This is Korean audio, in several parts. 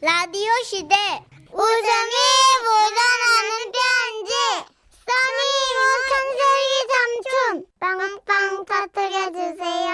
라디오 시대 웃음이 묻어나는 편지 써니 우천세기 삼촌 빵빵 터뜨려주세요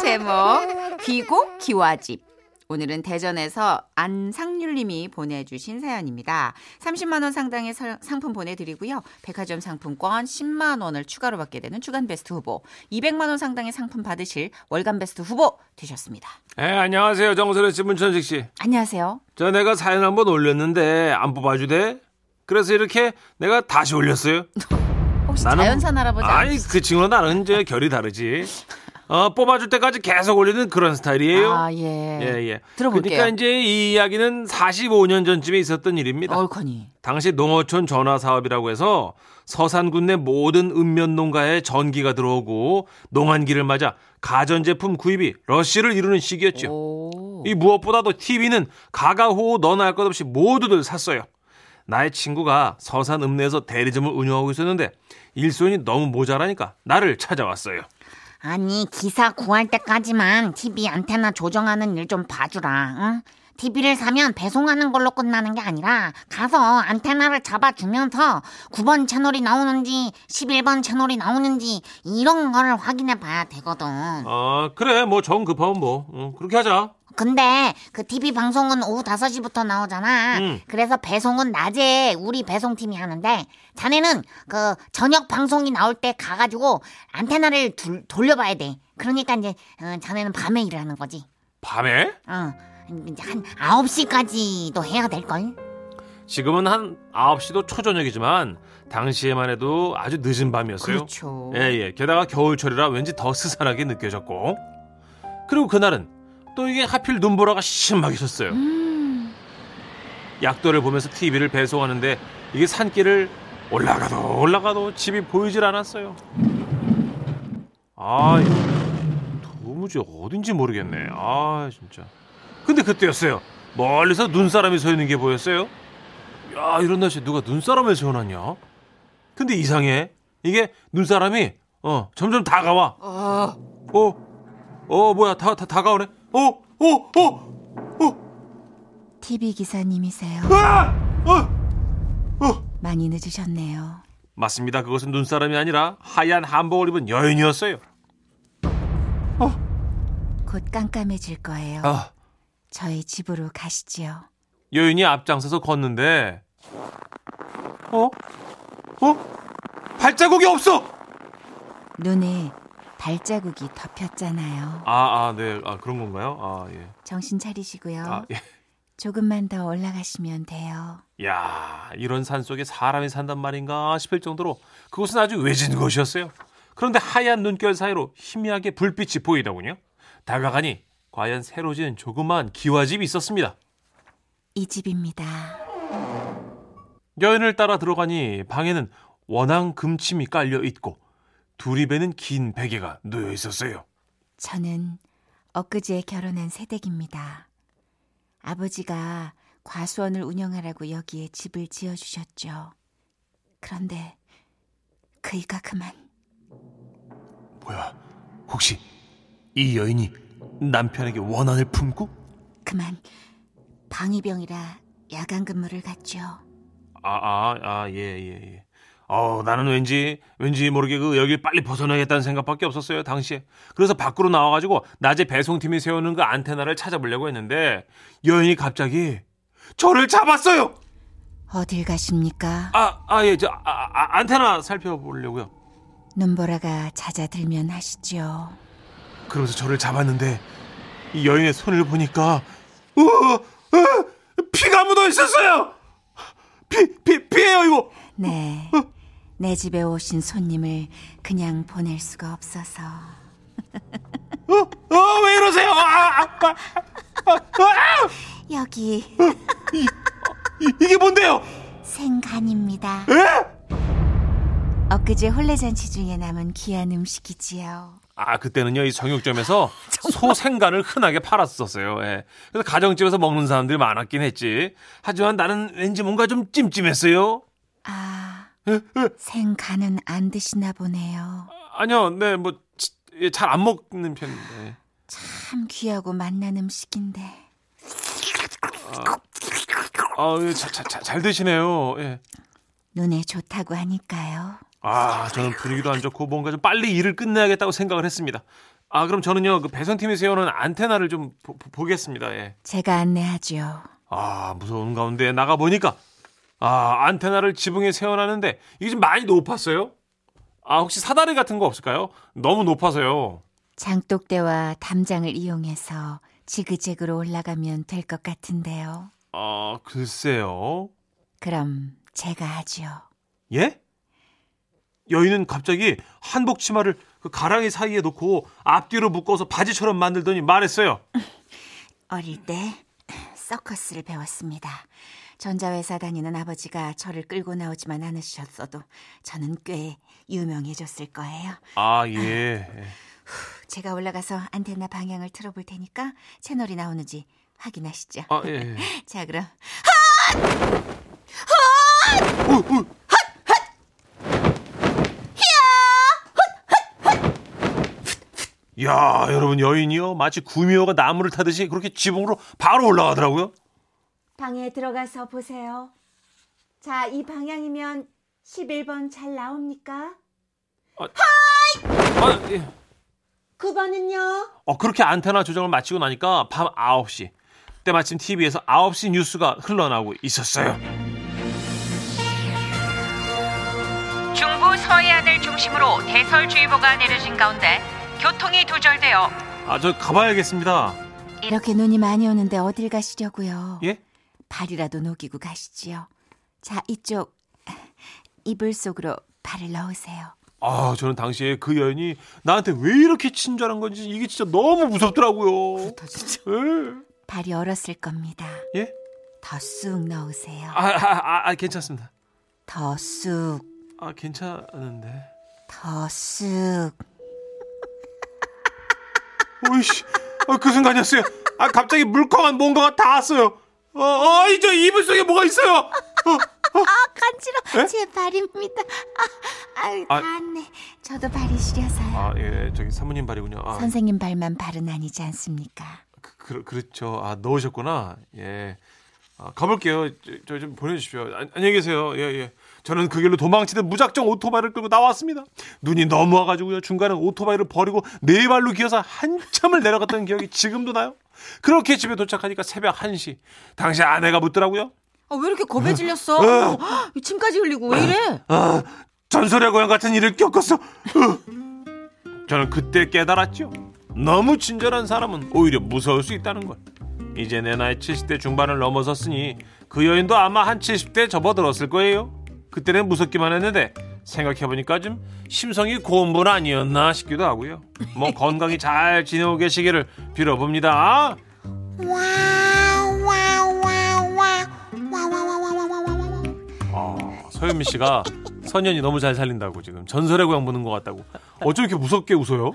제목 귀곡 기와집 오늘은 대전에서 안상률님이 보내주신 사연입니다. 30만 원 상당의 설- 상품 보내드리고요. 백화점 상품권 10만 원을 추가로 받게 되는 주간 베스트 후보, 200만 원 상당의 상품 받으실 월간 베스트 후보 되셨습니다. 에, 예, 안녕하세요. 정선혜 씨, 문천식 씨. 안녕하세요. 저 내가 사연 한번 올렸는데 안 뽑아주대. 그래서 이렇게 내가 다시 올렸어요. 혹시 나는- 자연산 할아버지 아니, 아니세요? 그 친구는 나랑 이제 결이 다르지. 어, 뽑아줄 때까지 계속 올리는 그런 스타일이에요. 아, 예. 예, 예. 들어볼게요. 그러니까 이제 이 이야기는 45년 전쯤에 있었던 일입니다. 얼커니. 당시 농어촌 전화 사업이라고 해서 서산군 내 모든 읍면 농가에 전기가 들어오고 농한기를 맞아 가전제품 구입이 러쉬를 이루는 시기였죠. 오. 이 무엇보다도 TV는 가가호호 너나 할 것 없이 모두들 샀어요. 나의 친구가 서산 읍내에서 대리점을 운영하고 있었는데 일손이 너무 모자라니까 나를 찾아왔어요. 아니 기사 구할 때까지만 TV 안테나 조정하는 일 좀 봐주라. 응? TV를 사면 배송하는 걸로 끝나는 게 아니라 가서 안테나를 잡아주면서 9번 채널이 나오는지 11번 채널이 나오는지 이런 거를 확인해 봐야 되거든. 아 그래 뭐 정 급하면 뭐 응, 그렇게 하자. 근데 그 TV 방송은 오후 5시부터 나오잖아. 음. 그래서 배송은 낮에 우리 배송팀이 하는데 자네는 그 저녁 방송이 나올 때 가가지고 안테나를 둘- 돌려봐야 돼. 그러니까 이제 어, 자네는 밤에 일하는 거지. 밤에? 어. 이제 한 9시까지도 해야 될걸? 지금은 한 9시도 초저녁이지만 당시에만 해도 아주 늦은 밤이었어요. 그렇죠. 예, 예. 게다가 겨울철이라 왠지 더 스산하게 느껴졌고. 그리고 그날은 또 이게 하필 눈보라가 심하게 쳤어요. 음. 약도를 보면서 TV를 배송하는데 이게 산길을 올라가도 올라가도 집이 보이질 않았어요. 아, 이거 도무지 어딘지 모르겠네. 아, 진짜. 근데 그때였어요. 멀리서 눈사람이 서 있는 게 보였어요. 야, 이런 날씨에 누가 눈사람을 세워놨냐? 근데 이상해. 이게 눈사람이 어 점점 다가와. 어, 어 뭐야 다, 다 다가오네. 어, 어, 어, 어, TV 기사님이세요. 아, 어. 많이 늦으셨네요. 맞습니다. 그것은 눈사람이 아니라 하얀 한복을 입은 여인이었어요. 곧 깜깜해질 거예요. 아, 저희 집으로 가시지요. 여인이 앞장서서 걷는데, 어, 어, 발자국이 없어. 눈에 발자국이 덮였잖아요. 아, 아, 네, 아 그런 건가요? 아, 예, 정신 차리시고요. 아, 예. 조금만 더 올라가시면 돼요. 야 이런 산 속에 사람이 산단 말인가 싶을 정도로 그곳은 아주 외진 곳이었어요. 그런데 하얀 눈결 사이로 희미하게 불빛이 보이더군요. 다가가니 과연 새로 지은 조그만 기와집이 있었습니다. 이 집입니다. 여인을 따라 들어가니 방에는 원앙 금침이 깔려 있고 두립에는 긴 베개가 놓여 있었어요. 저는 엊그제 결혼한 새댁입니다. 아버지가 과수원을 운영하라고 여기에 집을 지어주셨죠. 그런데 그이가 그만 뭐야? 혹시 이 여인이 남편에게 원한을 품고? 그만 방위병이라 야간 근무를 갔죠. 아, 아, 아, 예, 예, 예. 어, 나는 왠지, 왠지 모르게 그 여길 빨리 벗어나야겠다는 생각밖에 없었어요, 당시에. 그래서 밖으로 나와가지고 낮에 배송팀이 세우는 그 안테나를 찾아보려고 했는데 여인이 갑자기 저를 잡았어요! 어딜 가십니까? 아, 아, 예, 저, 아, 아, 안테나 살펴보려고요. 눈보라가 잦아들면 하시지요. 그러면서 저를 잡았는데 이 여인의 손을 보니까 으, 으, 피가 묻어 있었어요! 피, 피, 피예요, 이거! 네. 내 집에 오신 손님을 그냥 보낼 수가 없어서 어, 왜 이러세요? 아, 아, 아, 아, 아! 여기 이- 이게 뭔데요? 생간입니다. 엊그제 홀레잔치 중에 남은 귀한 음식이지요. 아 그때는요 이 정육점에서 소 생간을 흔하게 팔았었어요. 예. 그래서 가정집에서 먹는 사람들이 많았긴 했지. 하지만 나는 왠지 뭔가 좀 찜찜했어요. 아, 생간은 안 드시나 보네요. 예, 아니요, 네 뭐 잘 안 먹는 편인데. 참 귀하고 맛난 음식인데. 아, 예, 자, 자, 자, 잘 드시네요. 예. 눈에 좋다고 하니까요. 아, 저는 분위기도 안 좋고 뭔가 좀 빨리 일을 끝내야겠다고 생각을 했습니다. 아, 그럼 저는요, 그 배선팀이 세우는 안테나를 좀 보, 겠습니다 예. 제가 안내하죠. 아, 무서운 가운데 나가보니까, 아, 안테나를 지붕에 세워놨는데, 이게 좀 많이 높았어요? 아, 혹시 사다리 같은 거 없을까요? 너무 높아서요. 장독대와 담장을 이용해서 지그재그로 올라가면 될 것 같은데요. 아, 글쎄요. 그럼 제가 하지요. 예? 여인은 갑자기 한복 치마를 그 가랑이 사이에 놓고 앞뒤로 묶어서 바지처럼 만들더니 말했어요. 어릴 때 서커스를 배웠습니다. 전자회사 다니는 아버지가 저를 끌고 나오지만 않으셨어도 저는 꽤 유명해졌을 거예요. 아, 예. 예. 제가 올라가서 안테나 방향을 틀어볼 테니까 채널이 나오는지 확인하시죠. 아, 예. 예. 자, 그럼 어, 어. 야, 여러분 여인이요 마치 구미호가 나무를 타듯이 그렇게 지붕으로 바로 올라가더라고요. 방에 들어가서 보세요. 자, 이 방향이면 11번 잘 나옵니까? 아, 예. 9번은요? 어, 그렇게 안테나 조정을 마치고 나니까 밤 9시. 때마침 TV에서 9시 뉴스가 흘러나오고 있었어요. 중부 서해안을 중심으로 대설주의보가 내려진 가운데 교통이 두절되어 아, 저 가봐야겠습니다. 이렇게 눈이 많이 오는데 어딜 가시려고요? 예? 발이라도 녹이고 가시지요. 자, 이쪽 이불 속으로 발을 넣으세요. 아, 저는 당시에 그 여인이 나한테 왜 이렇게 친절한 건지 이게 진짜 너무 무섭더라고요. 진짜. 예? 발이 얼었을 겁니다. 예? 더 쑥 넣으세요. 아, 아, 아, 아, 괜찮습니다. 더 쑥, 아, 괜찮은데. 더 쑥. 오이씨, 아, 그 순간이었어요. 아, 갑자기 물컹한 뭔가가 닿았어요. 어, 어, 이저 이불 속에 뭐가 있어요. 어, 아, 간지러. 에? 제 발입니다. 아, 아유, 아. 닿았네. 저도 발이 시려서요. 아, 예, 저기 사모님 발이군요. 아, 선생님 발만 발은 아니지 않습니까? 그, 그, 그렇죠. 아, 넣으셨구나. 예. 아, 가볼게요. 저 좀 보내주십시오. 안, 안녕히 계세요. 예, 예. 저는 그 길로 도망치듯 무작정 오토바이를 끌고 나왔습니다. 눈이 너무 와가지고요. 중간에 오토바이를 버리고 네 발로 기어서 한참을 내려갔던 기억이 지금도 나요. 그렇게 집에 도착하니까 새벽 1시. 당시 아내가 묻더라고요. 아, 왜 이렇게 겁에 질렸어? 어, 헉, 침까지 흘리고 왜 이래? 아, 전설의 고향 같은 일을 겪었어. 으. 저는 그때 깨달았죠. 너무 친절한 사람은 오히려 무서울 수 있다는 걸. 이제 내 나이 70대 중반을 넘어섰으니 그 여인도 아마 한 70대 접어들었을 거예요. 그때는 무섭기만 했는데 생각해보니까 좀 심성이 고운 분 아니었나 싶기도 하고요. 뭐 건강히 잘 지내고 계시기를 빌어봅니다. 아, 서현미 씨가 선현이 너무 잘 살린다고 지금 전설의 고향 보는 것 같다고. 어쩜 이렇게 무섭게 웃어요?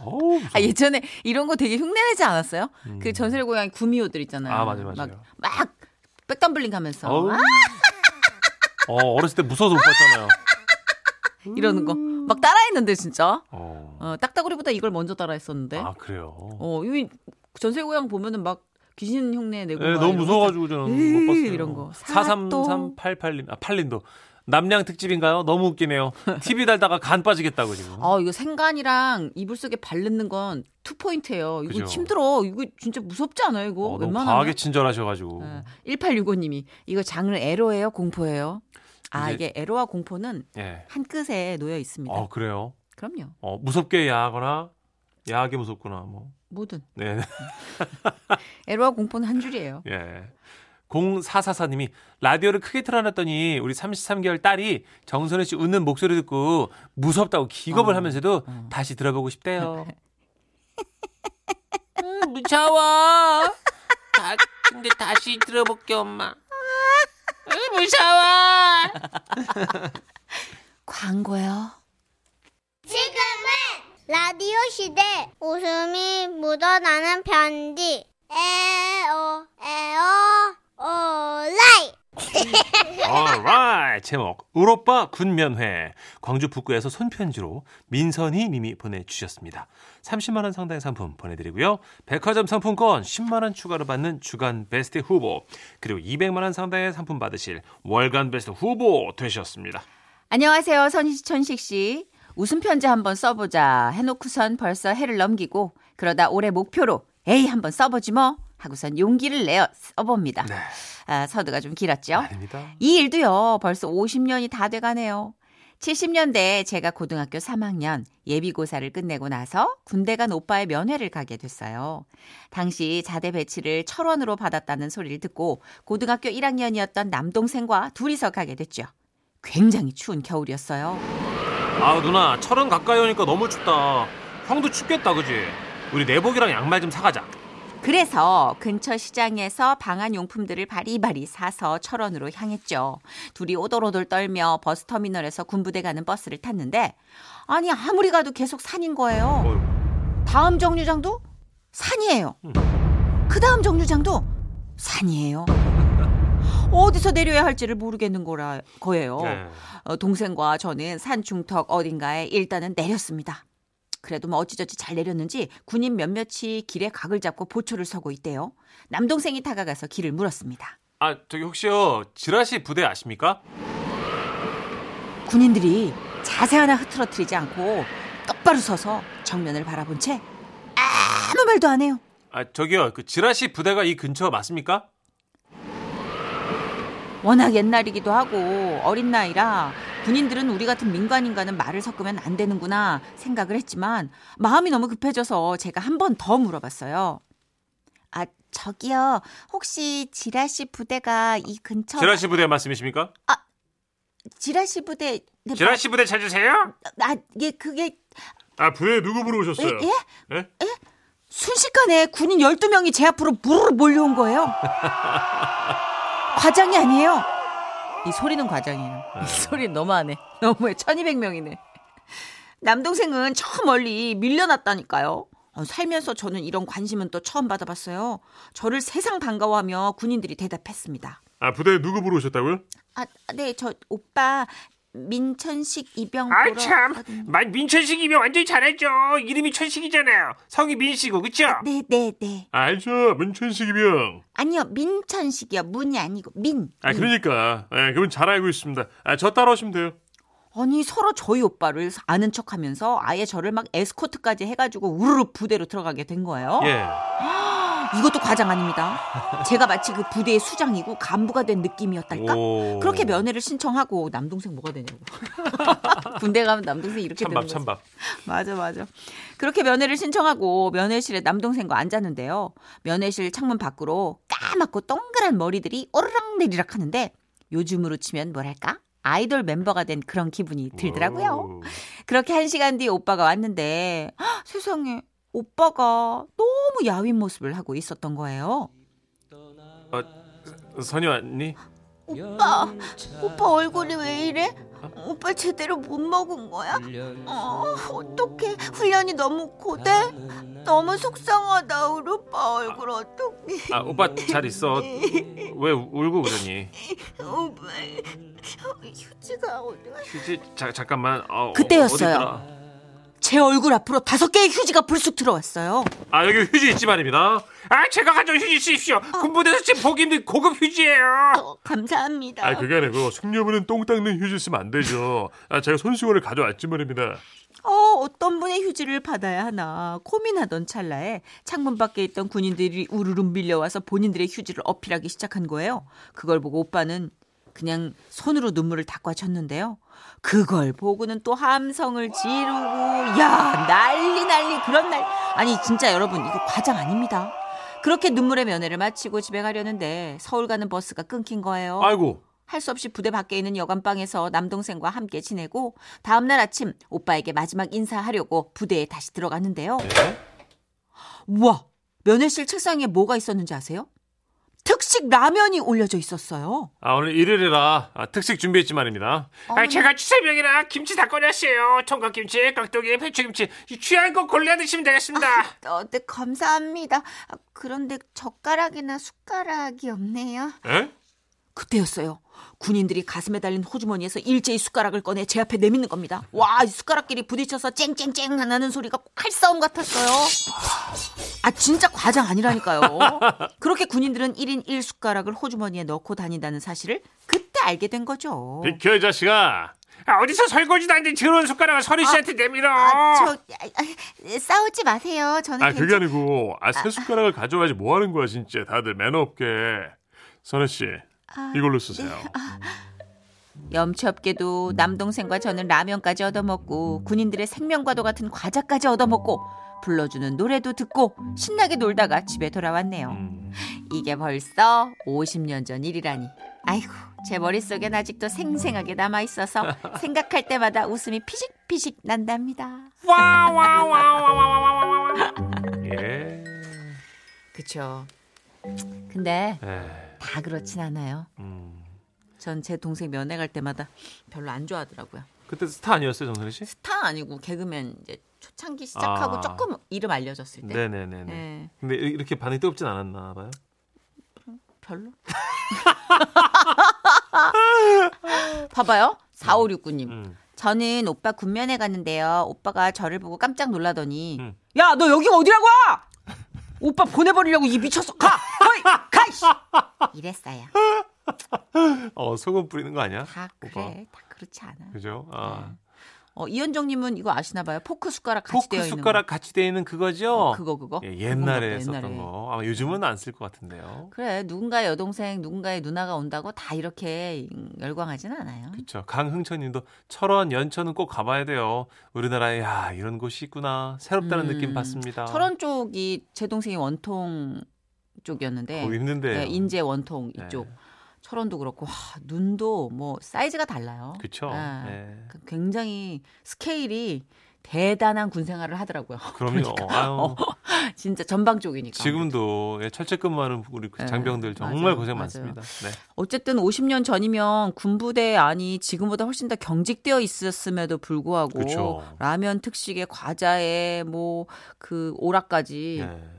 어우, 무서워. 아, 예전에 이런 거 되게 흉내내지 않았어요? 그 전설의 고향 구미호들 있잖아요. 음. 아, 맞아요, 맞아요. 막, 막 백덤블링 하면서 아, 어우. 어, 어렸을 때 무서워서 못 봤잖아요. 이러는 거 막 따라했는데 진짜. 어. 어, 딱따구리보다 이걸 먼저 따라했었는데. 아, 그래요. 어, 이 전설의 고향 보면은 막 귀신 흉내 내고 예, 막 너무 이러고 무서워가지고 저는 못 으이, 봤어요. 이런 거. 43388님, 아, 8님도. 남양 특집인가요? 너무 웃기네요. TV 달다가 간 빠지겠다고 지금. 아, 이거 생간이랑 이불 속에 발 넣는 건 투포인트예요. 이거 그죠. 힘들어. 이거 진짜 무섭지 않아요, 이거? 어, 너무 과하게 뭐 웬만하면. 예. 네. 친절하셔가지고. 1865님이 이거 장르 에로예요, 공포예요? 아, 이제- 이게 에로와 공포는 예. 한 끝에 놓여 있습니다. 어, 그래요. 그럼요. 어, 무섭게 야하거나, 야하게 무섭거나, 뭐. 뭐든. 네. 에로와 공포는 한 줄이에요. 예. 0444님이 라디오를 크게 틀어놨더니 우리 33개월 딸이 정선혜 씨 웃는 목소리 듣고 무섭다고 기겁을 어, 하면서도 다시 들어보고 싶대요. 음, 무서워. 다, 근데 다시 들어볼게, 엄마. 아, 으, 무서워. 광고요. 지금은 라디오 시대 웃음이 묻어나는 편지 에어 에어 오라이 Alright. 아, 제목 울오빠 군면회 광주 북구에서 손편지로 민선희 님이 보내주셨습니다. 30만 원 상당의 상품 보내드리고요. 백화점 상품권 10만 원 추가로 받는 주간 베스트 후보 그리고 200만 원 상당의 상품 받으실 월간 베스트 후보 되셨습니다. 안녕하세요. 선희 씨, 천식 씨. 웃음 편지 한번 써보자 해놓고선 벌써 해를 넘기고 그러다 올해 목표로 에이 한번 써보지 뭐 하고선 용기를 내어 써봅니다. 네. 아, 서두가 좀 길었죠? 아닙니다. 이 일도요, 벌써 50년이 다 돼가네요. 70년대 제가 고등학교 3학년 예비고사를 끝내고 나서 군대 간 오빠의 면회를 가게 됐어요. 당시 자대 배치를 철원으로 받았다는 소리를 듣고 고등학교 1학년이었던 남동생과 둘이서 가게 됐죠. 굉장히 추운 겨울이었어요. 아 누나 철원 가까이 오니까 너무 춥다. 형도 춥겠다 그지? 우리 내복이랑 양말 좀 사가자. 그래서 근처 시장에서 방한 용품들을 바리바리 사서 철원으로 향했죠. 둘이 오돌오돌 떨며 버스터미널에서 군부대 가는 버스를 탔는데 아니 아무리 가도 계속 산인 거예요. 어휴. 다음 정류장도 산이에요. 그 다음 정류장도 산이에요. 어디서 내려야 할지를 모르겠는 거라 거예요. 네. 어, 동생과 저는 산 중턱 어딘가에 일단은 내렸습니다. 그래도 뭐 어찌저찌 잘 내렸는지 군인 몇몇이 길에 각을 잡고 보초를 서고 있대요. 남동생이 다가가서 길을 물었습니다. 아 저기 혹시요 지라시 부대 아십니까? 군인들이 자세 하나 흐트러뜨리지 않고 똑바로 서서 정면을 바라본 채 아무 말도 안 해요. 아 저기요 그 지라시 부대가 이 근처 맞습니까? 워낙 옛날이기도 하고 어린 나이라 군인들은 우리 같은 민간인과는 말을 섞으면 안 되는구나 생각을 했지만 마음이 너무 급해져서 제가 한 번 더 물어봤어요. 아 저기요 혹시 지라시 부대가 이 근처 지라시 부대 말씀이십니까? 지라시 부대 네, 지라시 부대 찾으세요? 아 예, 그게 아 부대 누구 물어오셨어요? 예? 예? 순식간에 군인 12명이 제 앞으로 무르르 몰려온 거예요. 과장이 아니에요. 이 소리는 과장이에요. 이 소리 너무하네. 너무해. 1200명이네. 남동생은 저 멀리 밀려났다니까요. 어, 살면서 저는 이런 관심은 또 처음 받아봤어요. 저를 세상 반가워하며 군인들이 대답했습니다. 아 부대 누구 물어오셨다고요? 아, 네, 저 오빠 민천식 이병 보러. 아참 민천식이면 완전히 잘했죠 이름이 천식이잖아요 성이 민씨고 그쵸? 네, 네, 네. 알죠 문천식이병. 아니요, 민천식이요. 문이 아니고 민. 아 그러니까 예, 그분 잘 알고 있습니다. 아 저 따라오시면 돼요. 아니 서로 저희 오빠를 아는 척하면서 아예 저를 막 에스코트까지 해가지고 우르르 부대로 들어가게 된 거예요. 예. 이것도 과장 아닙니다. 제가 마치 그 부대의 수장이고 간부가 된 느낌이었달까? 오. 그렇게 면회를 신청하고 남동생 뭐가 되냐고. 군대 가면 남동생 이렇게 되는 찬밥 거지. 찬밥. 맞아 맞아. 그렇게 면회를 신청하고 면회실에 남동생과 앉았는데요. 면회실 창문 밖으로 까맣고 동그란 머리들이 오르락 내리락 하는데 요즘으로 치면 뭐랄까? 아이돌 멤버가 된 그런 기분이 들더라고요. 오. 그렇게 한 시간 뒤에 오빠가 왔는데 헉, 세상에 오빠가 너무 야윈 모습을 하고 있었던 거예요. 선유 언니. 오빠, 오빠 얼굴이 왜 이래? 오빠 제대로 못 먹은 거야? 어, 어떡해. 훈련이 너무 고대? 너무 속상하다, 우리 오빠 얼굴 어떡해. 아 오빠 잘 있어. 왜 울고 그러니? 오빠, 휴지가 어디 갔어? 휴지 자, 잠깐만. 어, 어, 그때였어요. 어디더라? 제 얼굴 앞으로 다섯 개의 휴지가 불쑥 들어왔어요. 아 여기 휴지 있지 말입니다. 아 제가 가져온 휴지 쓰십시오 군부대에서 지금 보기 힘든 고급 휴지예요 어, 감사합니다. 아 그게 아니고 숙녀분은 똥 닦는 휴지 쓰면 안 되죠. 아 제가 손수건을 가져왔지 말입니다. 어, 어떤 분의 휴지를 받아야 하나 고민하던 찰나에 창문 밖에 있던 군인들이 우르르 밀려와서 본인들의 휴지를 어필하기 시작한 거예요. 그걸 보고 오빠는 그냥 손으로 눈물을 닦아쳤는데요. 그걸 보고는 또 함성을 지르고 야 난리 난리 그런 날 아니 진짜 여러분 이거 과장 아닙니다. 그렇게 눈물의 면회를 마치고 집에 가려는데 서울 가는 버스가 끊긴 거예요. 어? 아이고 할 수 없이 부대 밖에 있는 여관방에서 남동생과 함께 지내고 다음날 아침 오빠에게 마지막 인사하려고 부대에 다시 들어갔는데요. 우와! 면회실 책상에 뭐가 있었는지 아세요? 특식 라면이 올려져 있었어요. 아 오늘 일요일이라 아, 특식 준비했지 말입니다. 어? 아 제가 추세병이라 김치 다 꺼냈어요 총각김치 깍두기 배추김치 취한 거 골라 드시면 되겠습니다 어, 네, 감사합니다. 아, 그런데 젓가락이나 숟가락이 없네요. 에? 그때였어요. 군인들이 가슴에 달린 호주머니에서 일제히 숟가락을 꺼내 제 앞에 내미는 겁니다. 와, 이 숟가락끼리 부딪혀서 쨍쨍쨍 나는 소리가 칼싸움 같았어요. 아, 진짜 과장 아니라니까요. 그렇게 군인들은 1인 1숟가락을 호주머니에 넣고 다닌다는 사실을 그때 알게 된 거죠. 비켜 이 자식아. 아, 어디서 설거지도 안 된 더러운 숟가락을 서리 씨한테 내밀어. 아, 저 아, 아, 싸우지 마세요. 저는 아 괜찮... 그게 아니고 아 새 숟가락을 가져와야지 뭐 하는 거야 진짜 다들 매너 없게 선혜 씨 이걸로 쓰세요. 염치없게도 남동생과 저는 라면까지 얻어먹고 군인들의 생명과도 같은 과자까지 얻어먹고 불러주는 노래도 듣고 신나게 놀다가 집에 돌아왔네요. 음. 이게 벌써 50년 전 일이라니. 아이고 제 머릿속엔 아직도 생생하게 남아있어서 생각할 때마다 웃음이 피식피식 난답니다. 와, 와, 와, 와, 와, 와, 와, 와, 와. 예. 그쵸. 근데 에, 다 그렇진 않아요. 음. 전 제 동생 면회 갈 때마다 별로 안 좋아하더라고요. 그때 스타 아니었어요, 정선희 씨? 스타 아니고 개그맨 이제 초창기 시작하고 아. 조금 이름 알려졌을 때. 네, 네, 네, 네. 예, 근데 이- 이렇게 반응이 뜨겁진 않았나 봐요. 별로. 봐봐요. 4569님. 음. 저는 오빠 군면에 갔는데요. 오빠가 저를 보고 깜짝 놀라더니 음. 야, 너 여기가 어디라고? 오빠 보내버리려고 이 미쳤어. 가! 어이! 가! 이씨! 이랬어요. 어, 소금 뿌리는 거 아니야? 다 오빠. 그래. 다 그렇지 않아. 그죠? 아. 어, 이현정님은 이거 아시나 봐요. 포크 숟가락 같이 포크 되어 있는 숟가락 같이 되어 있는 그거죠? 거. 그거 그거. 예, 옛날에 그건 썼던 옛날에. 거. 아마 요즘은 안 쓸 것 같은데요. 그래 누군가의 여동생 누군가의 누나가 온다고 다 이렇게 열광하진 않아요. 그렇죠. 강흥천님도 철원, 연천은 꼭 가봐야 돼요. 우리나라에 야 이런 곳이 있구나 새롭다는 음. 느낌 받습니다. 철원 쪽이 제 동생이 원통 쪽이었는데 거기 힘든데. 네, 인제 원통 네. 이쪽 철원도 그렇고 와, 눈도 뭐 사이즈가 달라요. 그렇죠. 아, 네. 그 굉장히 스케일이 대단한 군 생활을 하더라고요. 그럼요. 그러니까. 아유, 어, 진짜 전방 쪽이니까. 지금도 예, 철제 근무하는 우리 그 네, 장병들 정말 맞아요, 고생 맞아요. 많습니다. 네. 어쨌든 50년 전이면 군부대 안이 지금보다 훨씬 더 경직되어 있었음에도 불구하고 그쵸. 라면 특식에 과자에 뭐 그 오락까지 네,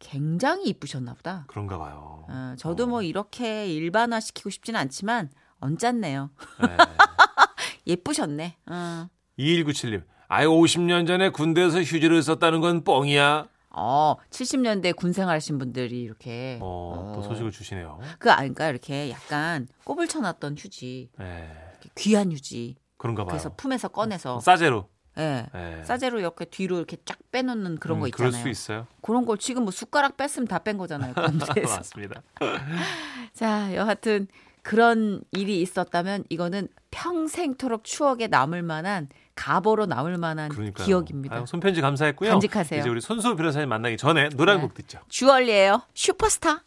굉장히 이쁘셨나 보다. 그런가 봐요. 어, 저도 어, 뭐 이렇게 일반화 시키고 싶지는 않지만 언짢네요. 네. 예쁘셨네. 어. 2197님. 아유 50년 전에 군대에서 휴지를 썼다는 건 뻥이야. 어, 70년대 군 생활하신 분들이 이렇게 어, 또 소식을 주시네요. 그 아니까 이렇게 약간 꼽을 쳐놨던 휴지, 네. 이렇게 귀한 휴지. 그런가 봐요. 그래서 품에서 꺼내서 싸제로. 예. 네. 싸제로 이렇게 뒤로 이렇게 쫙 빼놓는 그런 음, 거 그럴 있잖아요. 수 있어요. 그런 걸 지금 뭐 숟가락 뺐으면 다 뺀 거잖아요. 군대에서. 맞습니다. 자, 여하튼 그런 일이 있었다면 이거는 평생토록 추억에 남을 만한 가보로 남을 만한 그러니까 기억입니다. 손편지 감사했고요. 간직하세요. 이제 우리 손수 변호사님 만나기 전에 노래 네. 한곡 듣죠. 주얼리예요. 슈퍼스타.